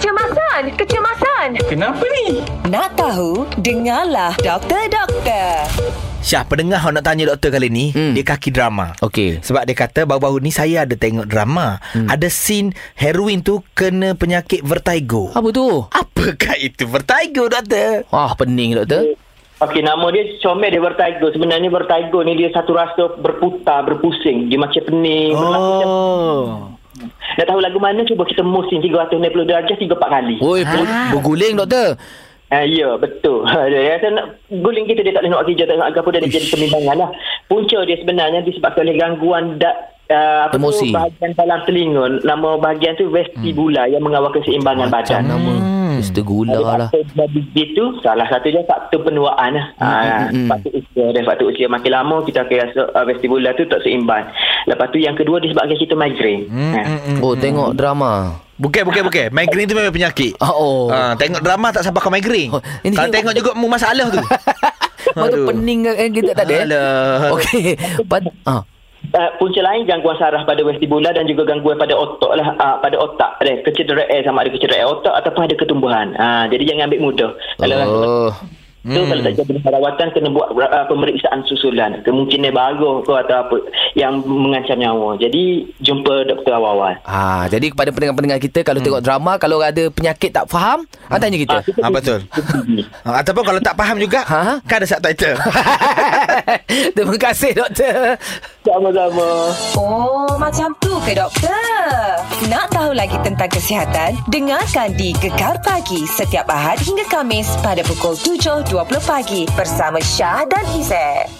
Kecemasan, kecemasan. Kenapa ni? Nak tahu? Dengarlah Doktor Doktor. Syah, pendengar awak nak tanya doktor kali ni, hmm. Hmm. dia kaki drama. Okey. Sebab dia kata baru-baru ni saya ada tengok drama. Hmm. Ada scene heroin tu kena penyakit vertigo. Apa tu? Apakah itu vertigo, doktor? Ah, pening doktor. Okey, nama dia comel dia vertigo. Sebenarnya vertigo ni dia satu rasa berputar, berpusing. Dia macam pening, berlaku macam Oh. Nak tahu lagu mana cuba kita musim 360 darjah 3 4 kali. Oh. Ha. Oi, ah. berguling doktor. Eh, ya, betul. Dia rasa nak guling kita dia tak boleh nak kerja, tak nak apa dia, dia jadi kebimbangan lah. Punca dia sebenarnya disebabkan oleh gangguan da, Uh, apa tu Emosi. bahagian dalam telinga nama bahagian tu vestibula hmm. yang mengawalkan seimbangan badan nama. Hmm. Mr. Gula Kalau lah. faktor Jadi gitu salah satunya faktor penuaan lah. Hmm, ha, hmm, hmm. faktor usia dan faktor usia makin lama kita akan rasa uh, vestibular tu tak seimbang. Lepas tu yang kedua disebabkan kita migraine. Mm, Hmm, ha. Oh, tengok drama. Bukan, bukan, bukan. Migraine tu memang penyakit. Ah, Oh. Ah, tengok drama tak sampai kau migraine. Oh, Oh, ini- tak tengok juga mu masalah tu. Lepas tu pening kan kita tak ada. eh? Alah. Okey. Pad- ah. Uh, punca lain gangguan saraf pada vestibular dan juga gangguan pada otak lah uh, pada otak ada kecederaan eh, sama ada kecederaan otak ataupun ada ketumbuhan uh, jadi jangan ambil mudah kalau oh. Oh. tu hmm. kalau tak jadi perawatan kena buat uh, pemeriksaan susulan kemungkinan baru ke atau apa yang mengancam nyawa jadi jumpa doktor awal-awal Ah, jadi kepada pendengar-pendengar kita kalau tengok drama kalau ada penyakit tak faham, ah, tanya kita. Hmm. Ah, betul. Ah, ataupun kalau tak faham juga, Ha? kan ada subtitle. Terima kasih doktor. sama-sama Oh, macam tu ke doktor? Nak tahu lagi tentang kesihatan? Dengarkan di Gegar Pagi setiap Ahad hingga Kamis pada pukul 7.20 pagi bersama Syah dan Izzet.